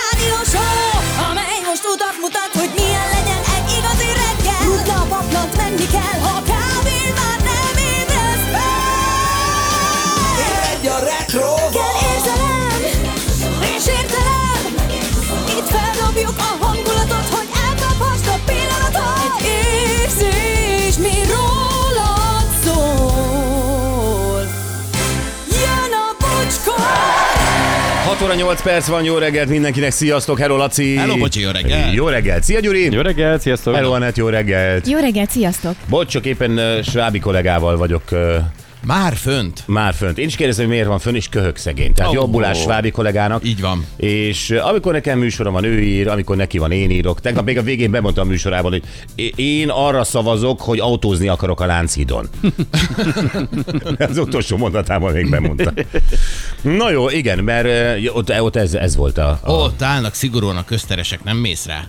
rádió show, amely most utat mutat, hogy milyen legyen egy igazi reggel. Rutna a paplant, menni kell, ha kávén már nem ébresz fel. Egy a retro Kell érzelem, és értelem, itt feldobjuk a hangulatot, hogy elkaphast a pillanatot. Egy érzés, mi rólad szól. Jön a bocskor! 6 óra 8 perc van, jó reggelt mindenkinek, sziasztok, hello Laci! Hello, bocsi, jó reggelt! Jó reggelt, szia Gyuri! Jó reggelt, sziasztok! Hello Anett, jó reggelt! Jó reggelt, sziasztok! Bocs, csak éppen uh, svábi kollégával vagyok uh, Már fönt? már fönt. Én is kérdezem, hogy miért van fönn, és köhög szegény. Tehát Ó. oh, jobbulás svábi kollégának. Így van. És uh, amikor nekem műsorom van, ő ír, amikor neki van, én írok. Tegnap még a végén bemondtam a műsorában, hogy é- én arra szavazok, hogy autózni akarok a Lánchidon. Az utolsó mondatában még bemondtam. Na jó, igen, mert uh, ott, ott ez, ez volt a, a Ott állnak szigorúan a közteresek, nem mész rá.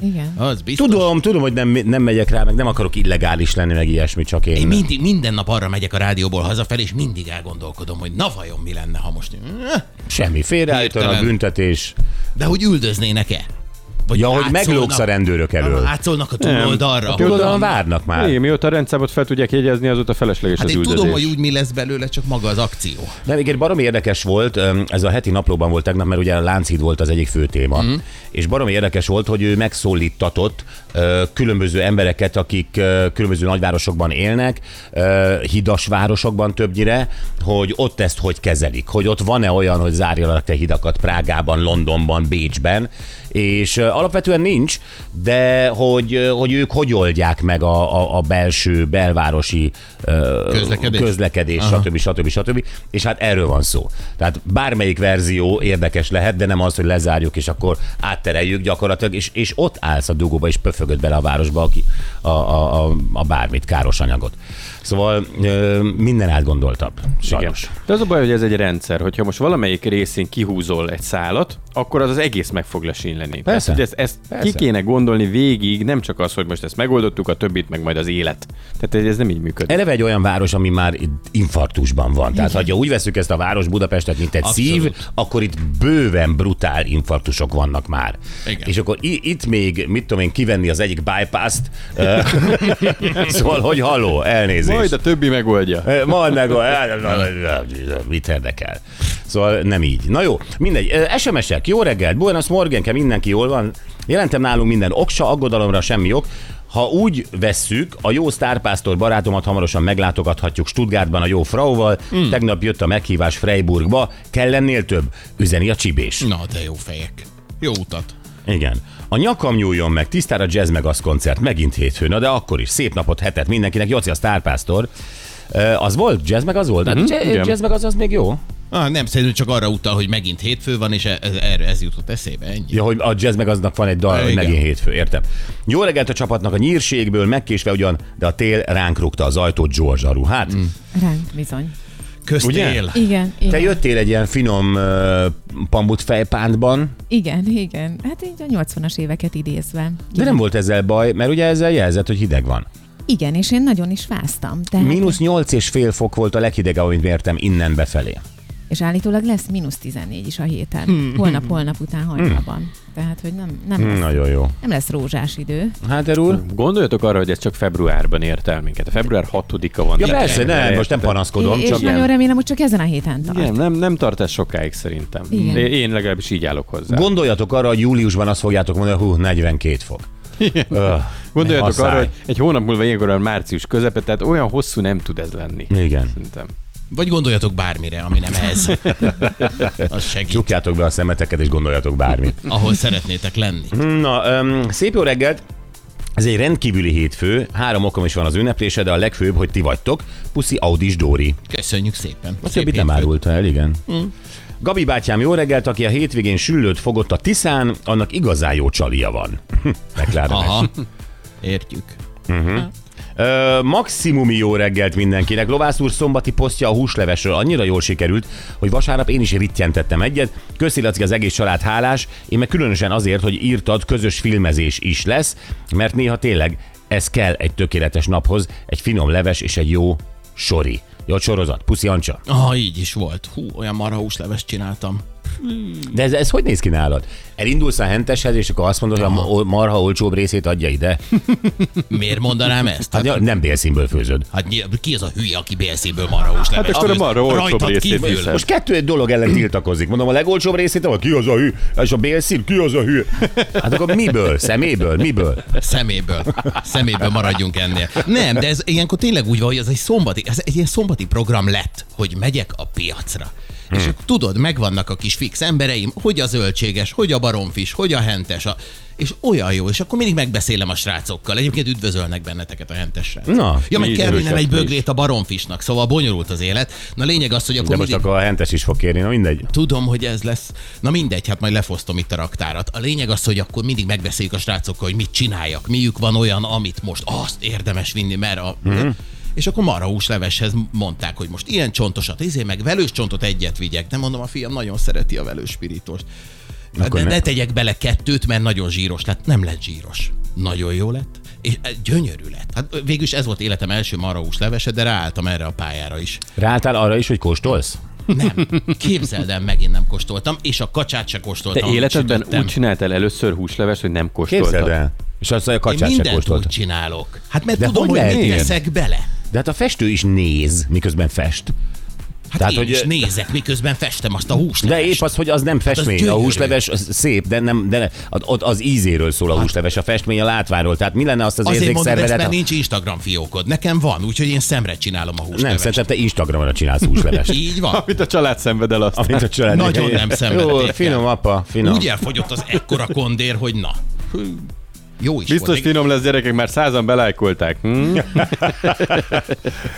Igen. Az biztos. Tudom, tudom, hogy nem, nem megyek rá, meg nem akarok illegális lenni, meg ilyesmi, csak én. Én mindig, minden nap arra megyek a rádióból hazafelé, és mindig elgondolkodom, hogy na vajon mi lenne, ha most... Semmi félreállítan a Hirtelen. büntetés. De hogy üldöznének-e? Vagy Ja, hogy átszólnak- meglógsz a rendőrök elől. Átszólnak a túloldalra. A Tudod, Tudom. olyan várnak már. Igen, mióta a rendszámot fel tudják jegyezni, azóta felesleges Hát az én üldözés. tudom, hogy úgy mi lesz belőle, csak maga az akció. De még egy barom érdekes volt, öm, ez a heti naplóban volt tegnap, mert ugye a Lánchíd volt az egyik fő téma. Mm. És barom érdekes volt, hogy ő megszólítatott ö, különböző embereket, akik ö, különböző nagyvárosokban élnek, ö, hidas városokban többnyire, hogy ott ezt hogy kezelik, hogy ott van-e olyan, hogy zárjanak te hidakat Prágában, Londonban, Bécsben, és ö, alapvetően nincs, de hogy, ö, hogy ők hogy oldják meg a, a, a belső, belvárosi ö, Közlekedés? közlekedés stb. stb. stb. És hát erről van szó. Tehát bármelyik verzió érdekes lehet, de nem az, hogy lezárjuk, és akkor áttereljük gyakorlatilag, és, és ott állsz a dugóba, és pöfögöd bele a városba aki, a, a, a, a bármit, káros anyagot. Szóval ö, minden átgondoltabb, sajnos. Igen. De az a baj, hogy ez egy rendszer, hogyha most valamelyik részén kihúzol egy szálat, akkor az az egész meg fog lesínleni. Persze. Tehát, hogy ezt, ezt Persze. ki kéne gondolni végig, nem csak az, hogy most ezt megoldottuk, a többit meg majd az élet. Tehát ez nem így működik. Eleve egy olyan város, ami már infarktusban van. Tehát, ha úgy veszük ezt a város Budapestet, mint egy Abszolút. szív, akkor itt bőven brutál infarktusok vannak már. Igen. És akkor i- itt még, mit tudom én, kivenni az egyik bypass-t. ö, szóval, hogy haló, elnézést. Majd a többi megoldja. Ö, Majd hát, meg, mit érdekel. Szóval nem így. Na jó, mindegy. Ö, SMS-ek, jó reggelt, buenas morgenke, mindenki jól van. Jelentem nálunk minden oksa, aggodalomra semmi ok. Ha úgy vesszük, a jó sztárpásztor barátomat hamarosan meglátogathatjuk Stuttgartban a jó frauval. Mm. Tegnap jött a meghívás Freiburgba. Kell lennél több? Üzeni a csibés. Na, de jó fejek. Jó utat. Igen. A nyakam nyúljon meg, tisztára Jazz Megaz koncert, megint hétfőn, na de akkor is szép napot, hetet mindenkinek, Joci a sztárpásztor. Ö, Az volt? Jazz meg az volt? Hát Jazz- igen. jazz meg az, az még jó. Ah, nem, szerintem csak arra utal, hogy megint hétfő van, és e- ez, ez, ez jutott eszébe, ennyi. Ja, hogy a jazz meg aznak van egy dal, hogy Igen. megint hétfő, értem. Jó reggelt a csapatnak a nyírségből, megkésve ugyan, de a tél ránk rúgta az ajtót George Aru. Hát, mm. Ránk bizony. Ugye? Köztél. Igen, igen. te jöttél egy ilyen finom uh, pambut fejpántban, Igen, igen. Hát így a 80-as éveket idézve. de nem volt ezzel baj, mert ugye ezzel jelzett, hogy hideg van. Igen, és én nagyon is fáztam. Tehát... Mínusz nyolc és fél fok volt a leghidegebb, amit mértem innen befelé. És állítólag lesz mínusz 14 is a Hmm. héten. Holnap, holnap után hajnalban. Tehát, hogy nem, nem, lesz, Nagyon jó. nem lesz rózsás idő. Hát, Erúr? Gondoljatok arra, hogy ez csak februárban ért el minket. A február 6-a van. Ja persze, nem, most nem panaszkodom, és csak nagyon remélem, hogy csak ezen a héten tart. Igen, nem, nem tart ez sokáig szerintem. Igen. Én- Én legalábbis így állok hozzá. gondoljatok arra, hogy júliusban azt fogjátok mondani, hú, 42 fok. Öh, Gondoljatok asszály. arra, hogy egy hónap múlva ilyenkor a március közepe, tehát olyan hosszú nem tud ez lenni. Igen. Szerintem. Vagy gondoljatok bármire, ami nem ez. Az segít, Csukjátok be a szemeteket, és gondoljatok bármit. ahol szeretnétek lenni. Na, um, szép jó reggelt! Ez egy rendkívüli hétfő, három okom is van az ünneplése, de a legfőbb, hogy ti vagytok. Puszi Audis Dóri. Köszönjük szépen. A Szép többit nem hétfőt. árulta el, igen. Gabi bátyám jó reggelt, aki a hétvégén süllőt fogott a Tiszán, annak igazán jó csalia van. Hm, Meglátod. Aha, értjük. Ö, maximum jó reggelt mindenkinek. Lovász úr szombati posztja a húslevesről annyira jól sikerült, hogy vasárnap én is rittyentettem egyet. Köszi Laci, az egész család hálás. Én meg különösen azért, hogy írtad, közös filmezés is lesz, mert néha tényleg ez kell egy tökéletes naphoz, egy finom leves és egy jó sori. Jó, sorozat, puszi Ancsa. Ah, így is volt. Hú, olyan marha húslevest csináltam. De ez, ez hogy néz ki nálad? Elindulsz a henteshez, és akkor azt mondod, hogy a ma- marha olcsóbb részét adja ide. Miért mondanám ezt? Hát ja, nem bélszínből főzöd. Hát nyilv- ki az a hülye, aki bélszínből marha húslevest? Hát akkor a főz? marha olcsóbb Rajtad részét kívül. viszed. Most kettő egy dolog ellen tiltakozik. Mondom, a legolcsóbb részét, vagy ki az a hű? És a bélszín, ki az a hű? Hát akkor miből? Szeméből? Miből? Szeméből. Szeméből maradjunk ennél. Nem, de ez ilyenkor tényleg úgy van, hogy ez egy szombati, ez egy ilyen szombati program lett, hogy megyek a piacra. És Hmm. akkor tudod, megvannak a kis fix embereim, hogy a zöldséges, hogy a baromfis, hogy a hentes, a... és olyan jó, és akkor mindig megbeszélem a srácokkal. Egyébként üdvözölnek benneteket a hentesre. Na, ja, meg így kerülnem örültem egy is. bögrét a baromfisnak, szóval bonyolult az élet. Na lényeg az, hogy akkor, De most mindig- akkor a hentes is fog kérni, na mindegy. Tudom, hogy ez lesz. Na mindegy, hát majd lefosztom itt a raktárat. A lényeg az, hogy akkor mindig megbeszéljük a srácokkal, hogy mit csináljak, miük van olyan, amit most azt érdemes vinni, mert a... Mm-hmm. És akkor marahús leveshez mondták, hogy most ilyen csontosat, izé, meg velős csontot egyet vigyek. De mondom, a fiam nagyon szereti a velős pirítost. Akkor De ne. ne tegyek bele kettőt, mert nagyon zsíros lett. Nem lett zsíros. Nagyon jó lett, és eh, gyönyörű lett. Hát végülis ez volt életem első marahús levese, de ráálltam erre a pályára is. Rátál arra is, hogy kóstolsz? Nem. Képzeld el, megint nem kóstoltam, és a kacsát se kóstoltam. Te amit életedben sütöttem. úgy csináltál először húsleves, hogy nem Képzeld kóstoltad. el. És azt a Én kacsát se mindent úgy kóstolt. csinálok. Hát mert De De tudom, hogy hogy, lehet mit ilyen? teszek bele. De hát a festő is néz, miközben fest. Hát Tehát, Tehát, én hogy- hogy... is nézek, miközben festem azt a húst. De épp az, hogy az nem festmény. a Hát gyönyörű. húsleves az szép, de nem, de az, ott az ízéről szól a húsleves, a festmény a látványról. Tehát mi lenne azt az Hát- Azért mondom ezt, érzékszervedet? mert ha- nincs Instagram fiókod. Nekem van, úgyhogy én szemre csinálom a húst. Nem, szerintem te Instagramra csinálsz húslevest. Így van. Amit a család szenved el azt. Mint a család. Nagyon nem szenvedték Jó, el. finom apa, finom. Úgy elfogyott az ekkora kondér, hogy na. Hű, Jó is Biztos volt. finom lesz gyerekek, már százan belájkolták. Hm?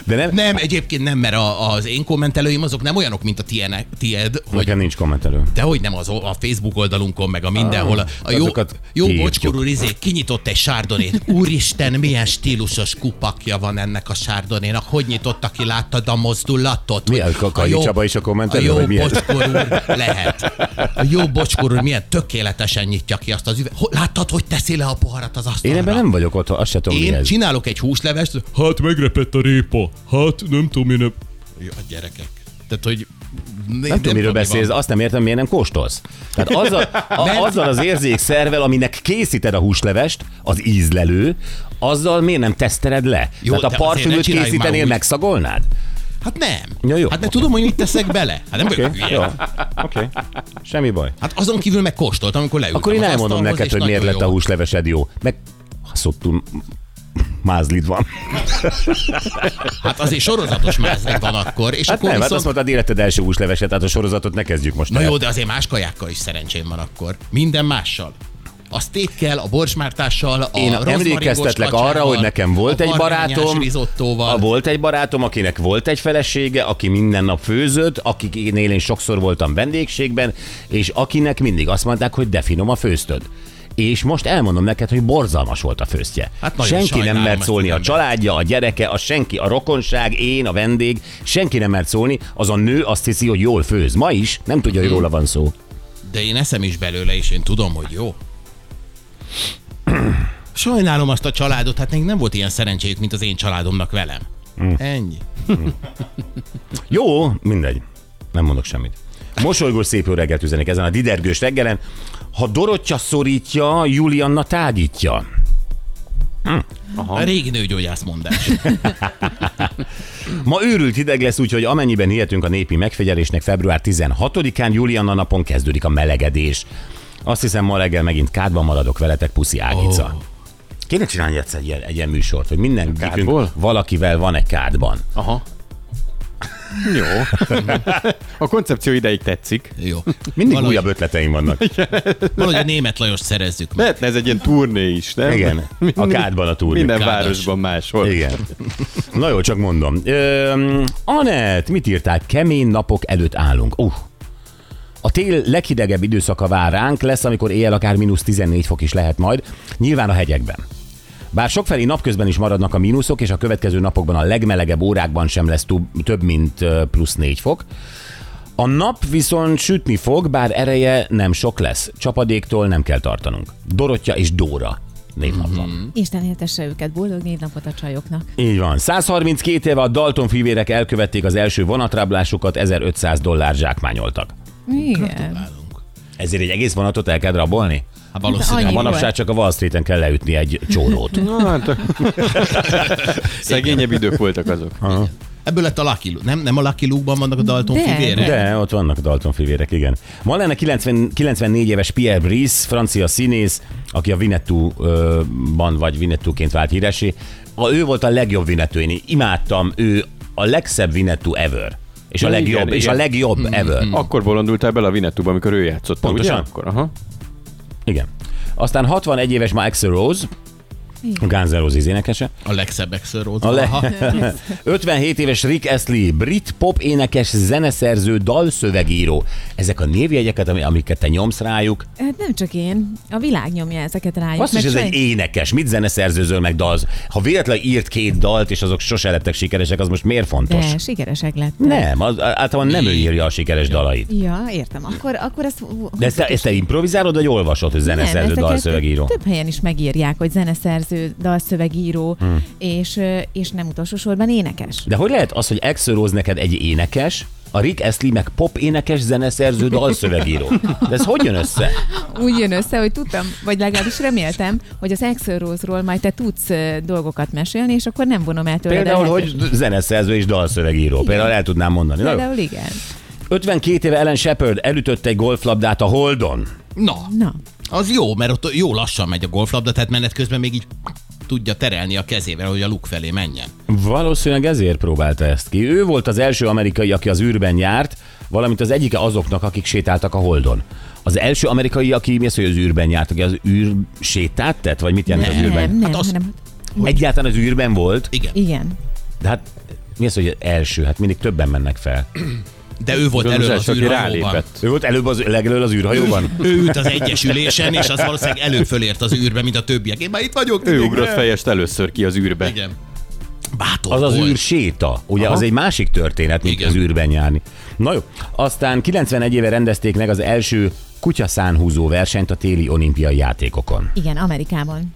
De nem? Nem, egyébként nem, mert a, az én kommentelőim azok nem olyanok, mint a tienek, tied, hogy Nekem nincs kommentelő. De hogy nem az a Facebook oldalunkon, meg a mindenhol. A jó, Ah, azokat jó kiírtjuk. bocskorú rizé kinyitott egy sárdonét. Úristen, milyen stílusos kupakja van ennek a sárdonénak. Hogy nyitotta ki, láttad a mozdulatot? Mi, Hogy a Kakai jó- Csaba is a A kommentelő, jó vagy milyen? bocskorú lehet. A jó bocskorú milyen tökéletesen nyitja ki azt az üveg. Ho- Láttad, hogy teszi le a poharat az asztalra? Én ebben nem vagyok otthon, azt se tudom, mi Én ez. csinálok egy húslevest, hát megrepett a répa, hát nem tudom én nem... Jó, a gyerekek. Tehát, hogy... Nem, Nem tudom, miről beszélsz, azt nem értem, miért nem kóstolsz. Tehát azzal, a, azzal az érzékszervel, aminek készíted a húslevest, az ízlelő, azzal miért nem tesztered le? Jó, Tehát a de azért ne parfümöt csináljuk már készítenél, úgy. megszagolnád? Hát nem. Ja, jó. Hát mert tudom, hogy mit teszek bele. Hát nem vagyok hülye. Jó, oké, semmi baj. Hát azon kívül meg kóstoltam, amikor leültem. Akkor én az elmondom asztalhoz, neked, és hogy miért nagyon lett a jó. húslevesed jó. Meg haszottul mázlid van. Hát azért sorozatos mázlik van akkor, és Hát akkor nem, hát azt viszont... mondtad életed első húsleveset, tehát a sorozatot ne kezdjük most Na el. jó, de azért más kajákkal is szerencsém van akkor. Minden mással. A steakkel, a borsmártással, a Én rozmaringos emlékeztetlek kacsával, arra, hogy nekem volt a egy barmányás barátom, Rizottóval. a volt egy barátom, akinek volt egy felesége, aki minden nap főzött, akiknél én sokszor voltam vendégségben, és akinek mindig azt mondták, hogy de finom a főztöd. És most elmondom neked, hogy borzalmas volt a főztje. Hát nagyon senki nem sajnálom mert ezt szólni, az a embert. családja, a gyereke, a senki, a rokonság, én, a vendég, senki nem mert szólni, az a nő azt hiszi, hogy jól főz. Ma is nem tudja, Mm. hogy róla van szó. De én eszem is belőle, és én tudom, hogy jó. Sajnálom azt a családot, hát még nem volt ilyen szerencséjük, mint az én családomnak velem. Hm. Ennyi. Jó, mindegy. Nem mondok semmit. Mosolygós szép jó reggelt üzenik ezen a didergős reggelen. Ha Dorottya szorítja, Julianna tágítja. A régi nőgyógyász mondás. Ma őrült hideg lesz, úgyhogy amennyiben hihetünk a népi megfigyelésnek, február 16-án Julianna napon kezdődik a melegedés. Azt hiszem, ma reggel megint kádban maradok veletek, puszi Ágica. Oh. Kéne csinálni egyszer egy ilyen, egy ilyen műsort, hogy mindenkünk Kádból? valakivel van egy kádban. Aha. Jó. A koncepció ideig tetszik. Jó. Mindig Valahogy- újabb ötleteim vannak. Valahogy a német Lajost szerezzük meg. Lehetne ez egy ilyen turné is, nem? Igen, a kádban a turné. Minden Kádas. városban máshol. Igen. Na jó, csak mondom. Ö, Anett, mit írtál? Kemény napok előtt állunk. Uh. A tél leghidegebb időszaka vár ránk, lesz, amikor éjjel akár mínusz 14 fok is lehet majd, nyilván a hegyekben. Bár sokfelé napközben is maradnak a mínuszok, és a következő napokban a legmelegebb órákban sem lesz tub- több, mint ö, plusz 4 fok. A nap viszont sütni fog, bár ereje nem sok lesz. Csapadéktól nem kell tartanunk. Dorottya és Dóra. névnapban. Isten éltesse őket, boldog négy napot a csajoknak. Így van. 132 éve a Dalton fivérek elkövették az első vonatráblásukat, 1500 dollár zsákmányoltak. Igen. Ezért egy egész vonatot el kell rabolni? Hát valószínűleg. annyi- Manapság csak a Wall Street-en kell leütni egy csórót. Na, hát- Szegényebb idők voltak azok. Ebből lett a Lucky Luke. Nem, nem a Lucky Luke-ban vannak a Dalton De. fivérek? De, ott vannak Dalton fivérek, igen. Ma lenne 90, 94 éves Pierre Brice, francia színész, aki a Vinetú-ban vagy Vinetúként vált híresi. A, ő volt a legjobb Vinetú, én imádtam, ő a legszebb Vinetú ever. És a Igen, legjobb, és igen. Mm-hmm. a legjobb ever. Akkor bolondultál bele a Vinetúba, amikor ő játszott. Pontosan. Akkor, aha. Igen. Aztán 61 éves már Axel Rose, a Guns N' Roses énekese. A legszebb Excel A le- 57 éves Rick Astley, brit pop énekes, zeneszerző, dalszövegíró. Ezek a névjegyeket, ami- amiket te nyomsz rájuk, Hát nem csak én, a világ nyomja ezeket rájuk. Azt is meg ez saj- egy énekes, mit zeneszerzőzöl meg dalz? Ha véletlen írt két dalt, és azok sose lettek sikeresek, az most miért fontos? De, sikeresek lettek. Nem, az, általában nem ő írja a sikeres dalait. Ja, értem. Akkor, akkor ezt... De ezt, te- ezt te improvizálod, vagy olvasod, hogy zeneszerző, ezeket dalszövegíró? Több helyen is megírják, hogy zeneszerző, dalszövegíró, Hmm. és, ö, és nem utolsó sorban énekes. De hogy lehet az, hogy Axl Rose neked egy énekes, a Rick Astley meg pop énekes, zeneszerző, dalszövegíró? De ez hogy jön össze? Úgy jön össze, hogy tudtam, vagy legalábbis reméltem, hogy az Axel Rose-ról majd te tudsz ö, dolgokat mesélni, és akkor nem vonom el tőled. a Például, lehetőséget. hogy zeneszerző és dalszövegíró. Például el tudnám mondani. Na, jó. Például igen. 52 éve Ellen Shepard elütött egy golflabdát a Holdon. Na, Na, az jó, mert ott jó lassan megy a golflabda, tehát menet közben még így tudja terelni a kezével, hogy a luk felé menjen. Valószínűleg ezért próbálta ezt ki. Ő volt az első amerikai, aki az űrben járt, valamint az egyike azoknak, akik sétáltak a Holdon. Az első amerikai, aki mi az, hogy az űrben járt, aki az űr sétát tett, vagy mit jelent az nem, űrben? nem, Hát az- hanem, Egyáltalán az űrben volt, Igen. igen. de hát mi az, hogy az első? Hát mindig többen mennek fel. De ő volt Tudod, elő az az első, aki űrhajóban. rálépett. Ő volt előbb az, legelőbb az űrhajóban? Ő ült az egyesülésen, és az valószínűleg előbb fölért az űrbe, mint a többiek. Én már itt vagyok. Ő igen. ugrott fejest először ki az űrbe. Igen. Bátor Az az volt. űr séta, ugye Aha. az egy másik történet, mint Igen. az űrben járni. Na jó, aztán 91 éve rendezték meg az első kutyaszánhúzó versenyt a téli olimpiai játékokon. Igen, Amerikában.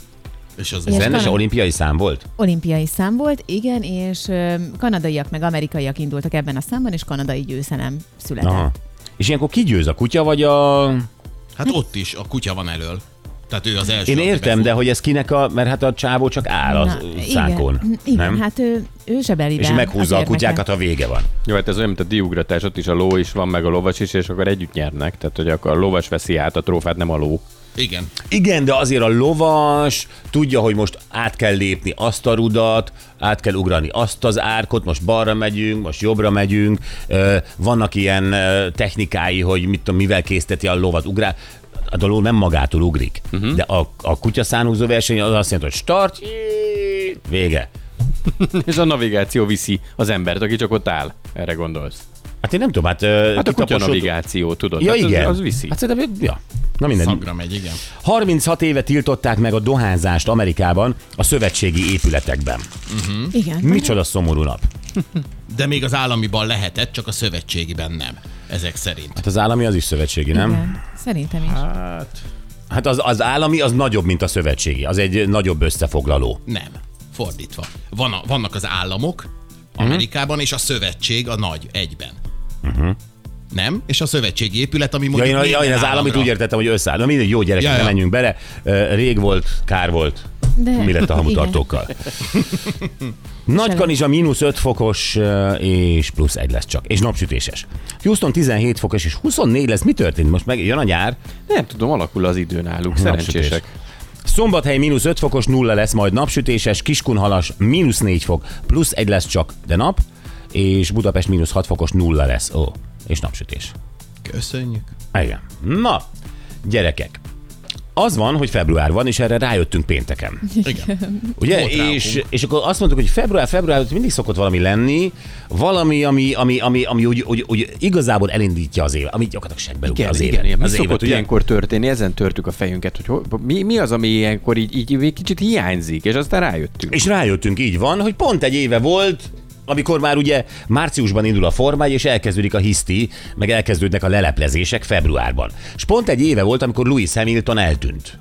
És az Igen. Zenes talán- olimpiai szám volt? Olimpiai szám volt, igen, és ö, kanadaiak meg amerikaiak indultak ebben a számban, és kanadai győzelem született. Aha. És ilyenkor ki győz, a kutya vagy a... Hát ott is a kutya van elől. Tehát ő az első. Én aki értem, befut. de hogy ez kinek a... Mert hát a csávó csak áll a szánkon, igen, igen nem? hát ő, ő zsebelivel. És meghúzza a gyermeke. kutyákat, ha vége van. Jó, hát ez olyan, mint a diugratás, ott is a ló is van, meg a lovas is, és akkor együtt nyernek. Tehát, hogy akkor a lovas veszi át a trófát, nem a ló. Igen. Igen, de azért a lovas tudja, hogy most át kell lépni azt a rudat, át kell ugrani azt az árkot, most balra megyünk, most jobbra megyünk. Ö, Vannak ilyen ö, technikái, hogy mit tudom, mivel készteti a lovat ugrál. A ló nem magától ugrik, Mhm. uh-huh. de a, a kutya szánhúzó verseny az azt jelenti, hogy start, jé, vége. És a navigáció viszi az embert, aki csak ott áll. Erre gondolsz. Hát én nem tudom, hát... Hát a kutya navigáció, tudod? Ja, hát igen. Az, az viszi. Hát szerintem, ja. Na minden. Szagra megy, igen. 36 éve tiltották meg a dohányzást Amerikában a szövetségi épületekben. Igen. Micsoda szomorú nap. De még az államiban lehetett, csak a szövetségiben nem. Ezek szerint. Hát az állami az is szövetségi, nem? Igen. Igen. Szerintem is. Hát az, az állami az nagyobb, mint a szövetségi. Az egy nagyobb összefoglaló. Nem. Fordítva. Van a, vannak az államok Amerikában, és a szövetség a nagy egyben. Nem? És a szövetségi épület, ami Mhm. Ja, mondjuk én, a- ja, minden én az államit államra- úgy értettem, hogy összeáll. Na mindegy, jó gyerekek, Ja, ja, ja. ja. menjünk bele. Ö, Rég volt, kár volt. De- Mi lett a hamutartókkal? Nagykanizsa mínusz 5 fokos, ö, és plusz 1 lesz csak. És napsütéses. Houston 17 fokos, és 24 lesz. Mi történt most? Meg jön a nyár. Nem tudom, alakul az idő náluk, szerencsések. Szombathely mínusz 5 fokos, nulla lesz, majd napsütéses, Kiskunhalas mínusz 4 fok, plusz 1 lesz csak, de nap, és Budapest mínusz 6 fokos, nulla lesz. Ó, és napsütés. Köszönjük. Igen. Na, gyerekek, az van, hogy február van, és erre rájöttünk pénteken. Igen. Ugye? Volt ráokunk. És, és akkor azt mondtuk, hogy február, február mindig szokott valami lenni, valami, ami, ami, ami, ami úgy, úgy, úgy, igazából elindítja az évet, ami gyakorlatilag segbe rúgja az évet. Mi az szokott évet, ugye? ilyenkor történni? Ezen törtük a fejünket, hogy ho- mi, mi az, ami ilyenkor így, így, így kicsit hiányzik, és aztán rájöttünk. És rájöttünk, így van, hogy pont egy éve volt, amikor már ugye márciusban indul a formáj, és elkezdődik a hiszti, meg elkezdődnek a leleplezések februárban. És pont egy éve volt, amikor Louis Hamilton eltűnt.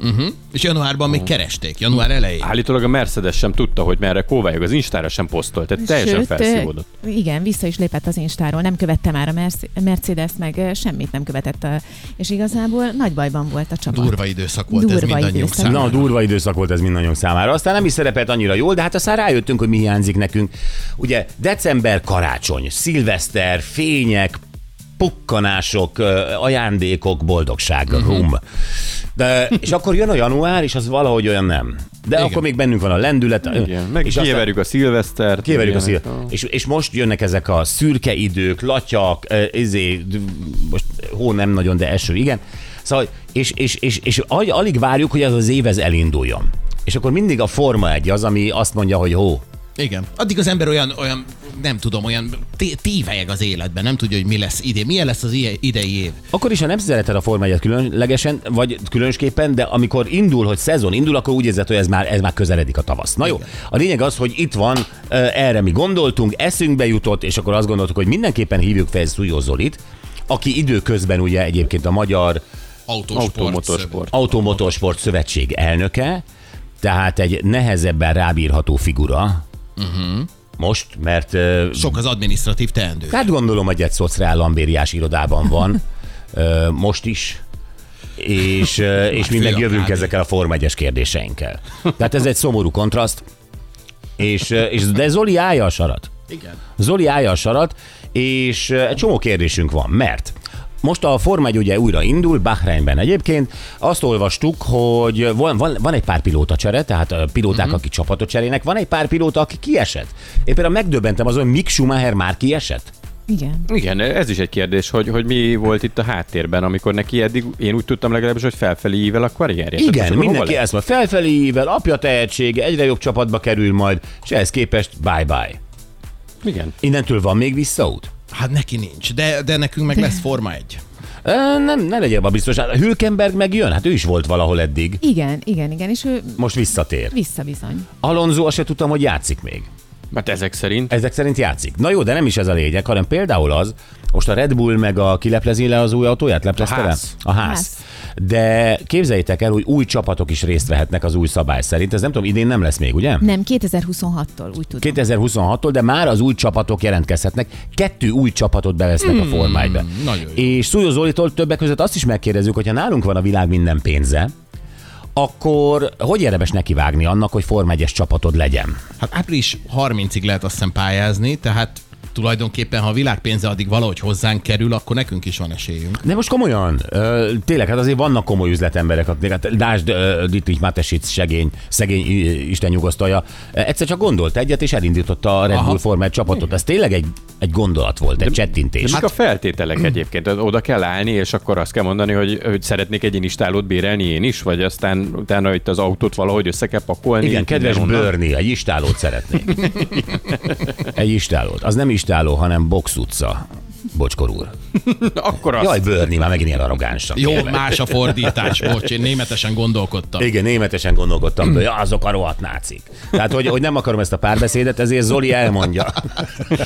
És januárban még keresték, január elején. Hát- Állítólag a Mercedes sem tudta, hogy merre kóvályog, az Instára sem posztolt, tehát teljesen Sőt, felszívódott. ö, Igen, vissza is lépett az Instáról, nem követte már a Merc- Mercedes, meg ö, semmit nem követett, a, és igazából nagy bajban volt a csapat. Durva időszak volt ez Durva mindannyiunk időszak. számára. Na, durva időszak volt ez mindannyiunk számára. Aztán nem is szerepelt annyira jól, de hát aztán rájöttünk, hogy mi hiányzik nekünk. Ugye december, karácsony, szilveszter, fények, pukkanások, ö, ajándékok, boldogság, Mhm. rum. De, és akkor jön a január, és az valahogy olyan nem. De Igen. akkor még bennünk van a lendület. ö, Igen, meg és is aztán- kieverjük a szilvesztert. Kiverjük a szívet. ilyenek, ó. És, és most jönnek ezek a szürke idők, latyak, eh, izé, d- most hó nem nagyon, de eső, igen. Szóval, és, és, és, és al- alig várjuk, hogy ez az év ez elinduljon. És akkor mindig a forma egy az, ami azt mondja, hogy hó. Igen. Addig az ember olyan, olyan nem tudom, olyan té- tévelyeg az életben, nem tudja, hogy mi lesz idén, milyen lesz az ije- idei év. Akkor is, ha nem szereted a Forma 1 különlegesen, vagy különösképpen, de amikor indul, hogy szezon indul, akkor úgy érzed, hogy ez már, ez már közeledik a tavasz. Na jó, a lényeg az, hogy itt van, ö, erre mi gondoltunk, eszünkbe jutott, és akkor azt gondoltuk, hogy mindenképpen hívjuk fel Szújó Zolit, aki időközben ugye egyébként a Magyar Autósport. Automotorsport. Automotorsport Szövetség elnöke, tehát egy nehezebben rábírható figura uh-huh. most, mert ö, Sok az administratív teendő. Hát gondolom, hogy egy szociál lambériás irodában van, ö, most is, és, ö, és mi meg fő a jövünk kávé. ezekkel a Form 1 kérdéseinkkel. Tehát ez egy szomorú kontraszt, és, ö, és de Zoli állja a sarat. Igen. Zoli állja a sarat, és ö, egy csomó kérdésünk van, mert most a Forma 1 ugye újra indul, Bahreinben egyébként. Azt olvastuk, hogy van, van, van egy pár pilóta csere, tehát ö, pilóták, uh-huh. akik csapatot cserének, van egy pár pilóta, aki kiesett. Én például megdöbbentem azon, hogy Mick Schumacher már kiesett. Igen. Igen, ez is egy kérdés, hogy, hogy mi volt itt a háttérben, amikor neki eddig, én úgy tudtam legalábbis, hogy felfelé ível a karrierje. Tehát most Igen, akkor hova mindenki lett? ezt ma felfelével, apja tehetsége, egyre jobb csapatba kerül majd, és ehhez képest bye-bye. Igen. Innentől van még visszaút? Hát neki nincs, de, de nekünk meg lesz Forma egy. Ö, Nem, ne legyél a biztos. Hát Hülkenberg meg jön, hát ő is volt valahol eddig. Igen, igen, igen, és ő Most visszatér. vissza bizony. Alonso, azt se tudtam, hogy játszik még. Mert Hát ezek szerint Ezek szerint játszik. Na jó, de nem is ez a lényeg, hanem például az, most a Red Bull meg a kileplezi le az új autóját, leplezte A le? ház. A ház. Ház. De képzeljétek el, hogy új csapatok is részt vehetnek az új szabály szerint. Ez nem tudom, idén nem lesz még, ugye? Nem, 2026-tól úgy tudom. 2026-tól, de már az új csapatok jelentkezhetnek. Kettő új csapatot bevesznek a Forma 1-be. Hmm, nagyon jó. És Szújó Zolitól többek között azt is megkérdezzük, hogyha nálunk van a világ minden pénze, akkor hogy érdemes nekivágni annak, hogy Forma 1 csapatod legyen? Hát április 30-ig lehet azt hiszem pályázni, tehát tulajdonképpen, ha a világpénze addig valahogy hozzánk kerül, akkor nekünk is van esélyünk. De most komolyan, ö, tényleg, hát azért vannak komoly üzletemberek, akik- hát Dásd ö, Dietrich Matesic segény, szegény i- Isten nyugasztalja, ö, egyszer csak gondolt egyet, és elindította a Red Aha. Bull Forma 1 csapatot. Ez tényleg egy, egy gondolat volt, egy És csettintés. hát... a feltételek egyébként? Tehát Oda kell állni, és akkor azt kell mondani, hogy, hogy szeretnék egy inistálót bérelni én is, vagy aztán utána itt az autót valahogy össze kell pakolni. Igen, kedves mindenhonnan. Börni, egy istálót szeretnék. Egy istálót. Az nem istáló, hanem box utca. Bocskor úr. Akkor azt. Jaj, Börni, már megint ilyen arrogánsan. Jó, más a fordítás, bocs, én németesen gondolkodtam. Igen, németesen gondolkodtam, hogy ja, azok a rohadt nácik. Tehát, hogy, hogy nem akarom ezt a párbeszédet, ezért Zoli elmondja.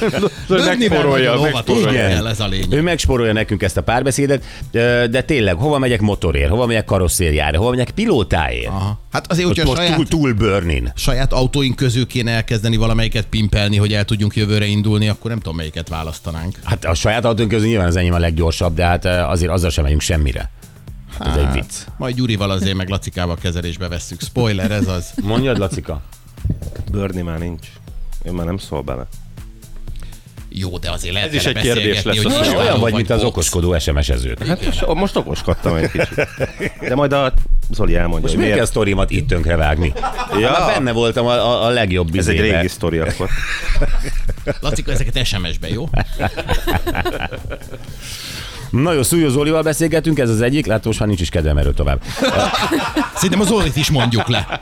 Tudod, Börnivel megforolja, nagyon megforolja. óvatos. Igen. kell, ez a lényeg. Ő megsporolja nekünk ezt a párbeszédet, de de tényleg, hova megyek motorért, hova megyek karosszérjára, hova megyek pilótáért? Aha. Hát azért, hogyha Most saját, túl, túl Börnin. saját autóink közül kéne elkezdeni valamelyiket pimpelni, hogy el tudjunk jövőre indulni, akkor nem tudom, melyiket választanánk. Hát a saját autónk közül nyilván az enyém a leggyorsabb, de hát eh, azért azzal sem megyünk semmire. Hát Ez Hát. egy vicc. Majd Gyurival azért meg Lacikával kezelésbe vesszük. Spoiler, ez az. Mondjad, Lacika? Börni már nincs. Én már nem szól bele. Jó, de azért lehet Ez is vele egy kérdés beszélgetni, lesz, hogy az Istvánó Olyan vagy, mint az Box. okoskodó SMS-ező. Hát most, most okoskodtam egy kicsit. De majd a Zoli És elmondja, hogy miért miért. kell sztorimat itt tönkre vágni? Ja. Már benne voltam a, a, a legjobb Ez egy izébe. régi sztori akkor. Lacika, ezeket SMS-be, jó? Na jó, Szújó Zolival beszélgetünk, ez az egyik, látod, most már nincs is kedvem erről tovább. Szerintem az Olit is mondjuk le.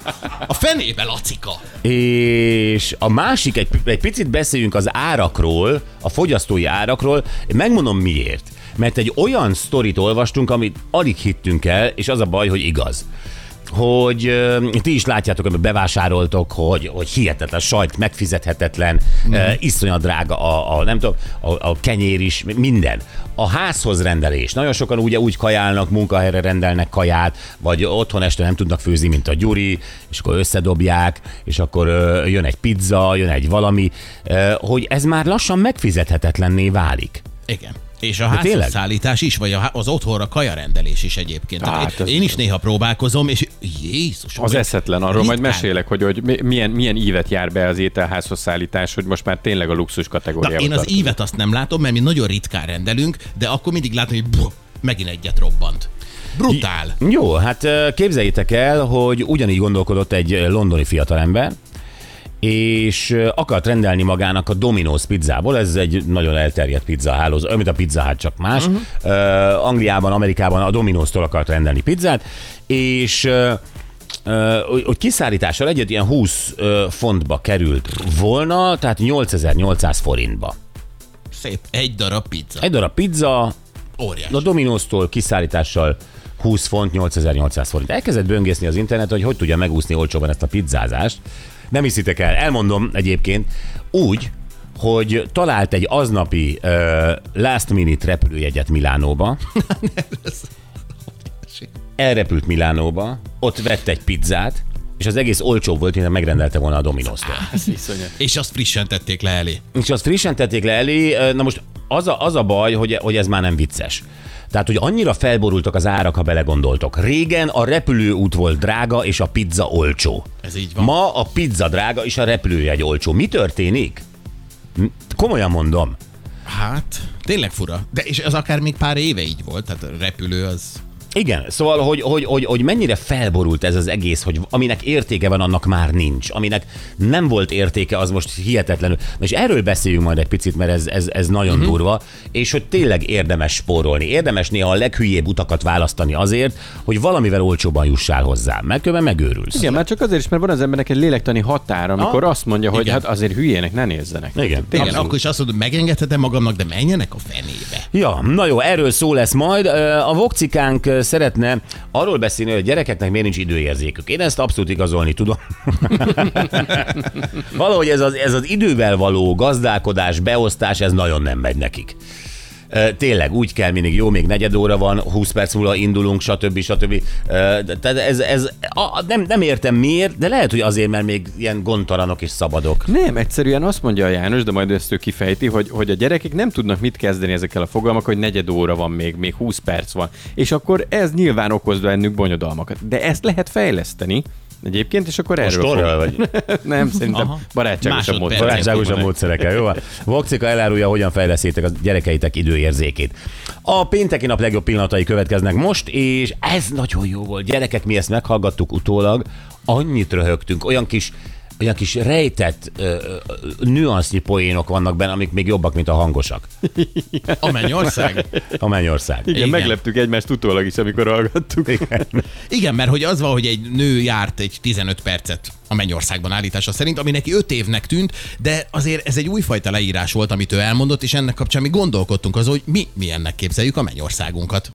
A fenébe, Lacika! És a másik, egy, egy picit beszéljünk az árakról, a fogyasztói árakról. Én megmondom miért. Mert egy olyan sztorit olvastunk, amit alig hittünk el, és az a baj, hogy igaz. hogy ö, ti is látjátok, hogy bevásároltok, hogy, hogy hihetetlen sajt, megfizethetetlen, Mhm. mm. ö, iszonyat drága a, a, nem tudom, a, a kenyér is, minden. A házhoz rendelés. Nagyon sokan ugye úgy kajálnak, munkahelyre rendelnek kaját, vagy otthon este nem tudnak főzni, mint a Gyuri, és akkor összedobják, és akkor ö, jön egy pizza, jön egy valami, ö, hogy ez már lassan megfizethetetlenné válik. Igen. És a tényleg? házszállítás is, vagy a há- az otthonra kajarendelés is egyébként. Hát, Hát, ez- én is néha próbálkozom, és Jézus. Az eszetlen, arról majd ritkán. mesélek, hogy, hogy mi- milyen, milyen ívet jár be az ételházhoz szállítás, hogy most már tényleg a luxus Na, kategóriába én az tartozik. ívet azt nem látom, mert mi nagyon ritkán rendelünk, de akkor mindig látom, hogy buh, megint egyet robbant. Brutál. Jó, hát ö, képzeljétek el, hogy ugyanígy gondolkodott egy ö, londoni fiatalember, és ö, akart rendelni magának a Domino's pizzából, ez egy nagyon elterjedt pizzahálózat, olyan, mint a Pizza Hut, csak más. Uh-huh. Uh, Angliában, Amerikában a Domino's-tól akart rendelni pizzát, és uh, uh, hogy kiszállítással egyet ilyen 20 uh, fontba került volna, tehát 8800 forintba. Szép. Egy darab pizza. Egy darab pizza, Óriás. a Dominóztól kiszállítással 20 font, 8800 forint. Elkezdett böngészni az internet, hogy hogy tudja megúszni olcsóban ezt a pizzázást. Nem hiszitek el, elmondom egyébként úgy, hogy talált egy aznapi uh, last minute repülőjegyet Milánóba, elrepült Milánóba, ott vett egy pizzát, és az egész olcsóbb volt, mint ha megrendelte volna a Dominóztól. És azt frissen tették le elé. És azt frissen tették le elé, na most az a, az a baj, hogy, hogy ez már nem vicces. Tehát, hogy annyira felborultak az árak, ha belegondoltok. Régen a repülőút volt drága, és a pizza olcsó. Ez így van. Ma a pizza drága, és a repülőjegy olcsó. Mi történik? Hm, Komolyan mondom. Hát, tényleg fura. De és az akár még pár éve így volt, tehát a repülő az... Igen, szóval, hogy, hogy, hogy, hogy mennyire felborult ez az egész, hogy aminek értéke van, annak már nincs. Aminek nem volt értéke, az most hihetetlenül. Na És erről beszéljünk majd egy picit, mert ez, ez, ez nagyon uh-huh. durva, és hogy tényleg érdemes spórolni. Érdemes néha a leghülyébb utakat választani azért, hogy valamivel olcsóban jussál hozzá, mert különben megőrülsz. Igen, már csak azért is, mert van az embernek egy lélektani határa, amikor azt mondja, hogy Igen. hát azért hülyének ne nézzenek. Igen. Igen, akkor is azt mondod, megengedhetem magamnak, de menjenek a fenébe. Ja, na jó, erről szó lesz majd. Ö, A vokcikánk ö, szeretne arról beszélni, hogy a gyerekeknek miért nincs időérzékük. Én ezt abszolút igazolni tudom. Valahogy ez az, ez az idővel való gazdálkodás, beosztás, ez nagyon nem megy nekik. Ö, Tényleg úgy kell mindig, jó, még negyed óra van, 20 perc múlva indulunk, stb. stb. Ö, de- Tehát ez, ez a, nem, nem értem miért, de lehet, hogy azért, mert még ilyen gondtalanok és szabadok. Nem, egyszerűen azt mondja a János, de majd ezt ő kifejti, hogy, hogy a gyerekek nem tudnak mit kezdeni ezekkel a fogalmakkal, hogy negyed óra van még, még 20 perc van. És akkor ez nyilván okoz bennük bonyodalmakat. De ezt lehet fejleszteni egyébként, és akkor erről Ostorral vagy? Nem, szerintem Aha. barátságosabb módon. Másodperc. Barátságosabb Barátságos módszerekkel, jó? van? Vokcika elárulja, hogyan fejlesztétek a gyerekeitek időérzékét. A pénteki nap legjobb pillanatai következnek most, és ez nagyon jó volt. Gyerekek, mi ezt meghallgattuk utólag, annyit röhögtünk, olyan kis olyan kis rejtett ö, ö, nüansznyi poénok vannak benne, amik még jobbak, mint a hangosak. A Mennyország? A Mennyország. Igen, Igen. megleptük egymást utólag is, amikor hallgattuk. Igen, mert hogy az van, hogy egy nő járt egy 15 percet a Mennyországban állítása szerint, ami neki 5 évnek tűnt, de azért ez egy újfajta leírás volt, amit ő elmondott, és ennek kapcsán mi gondolkodtunk az, hogy mi milyennek képzeljük a Mennyországunkat.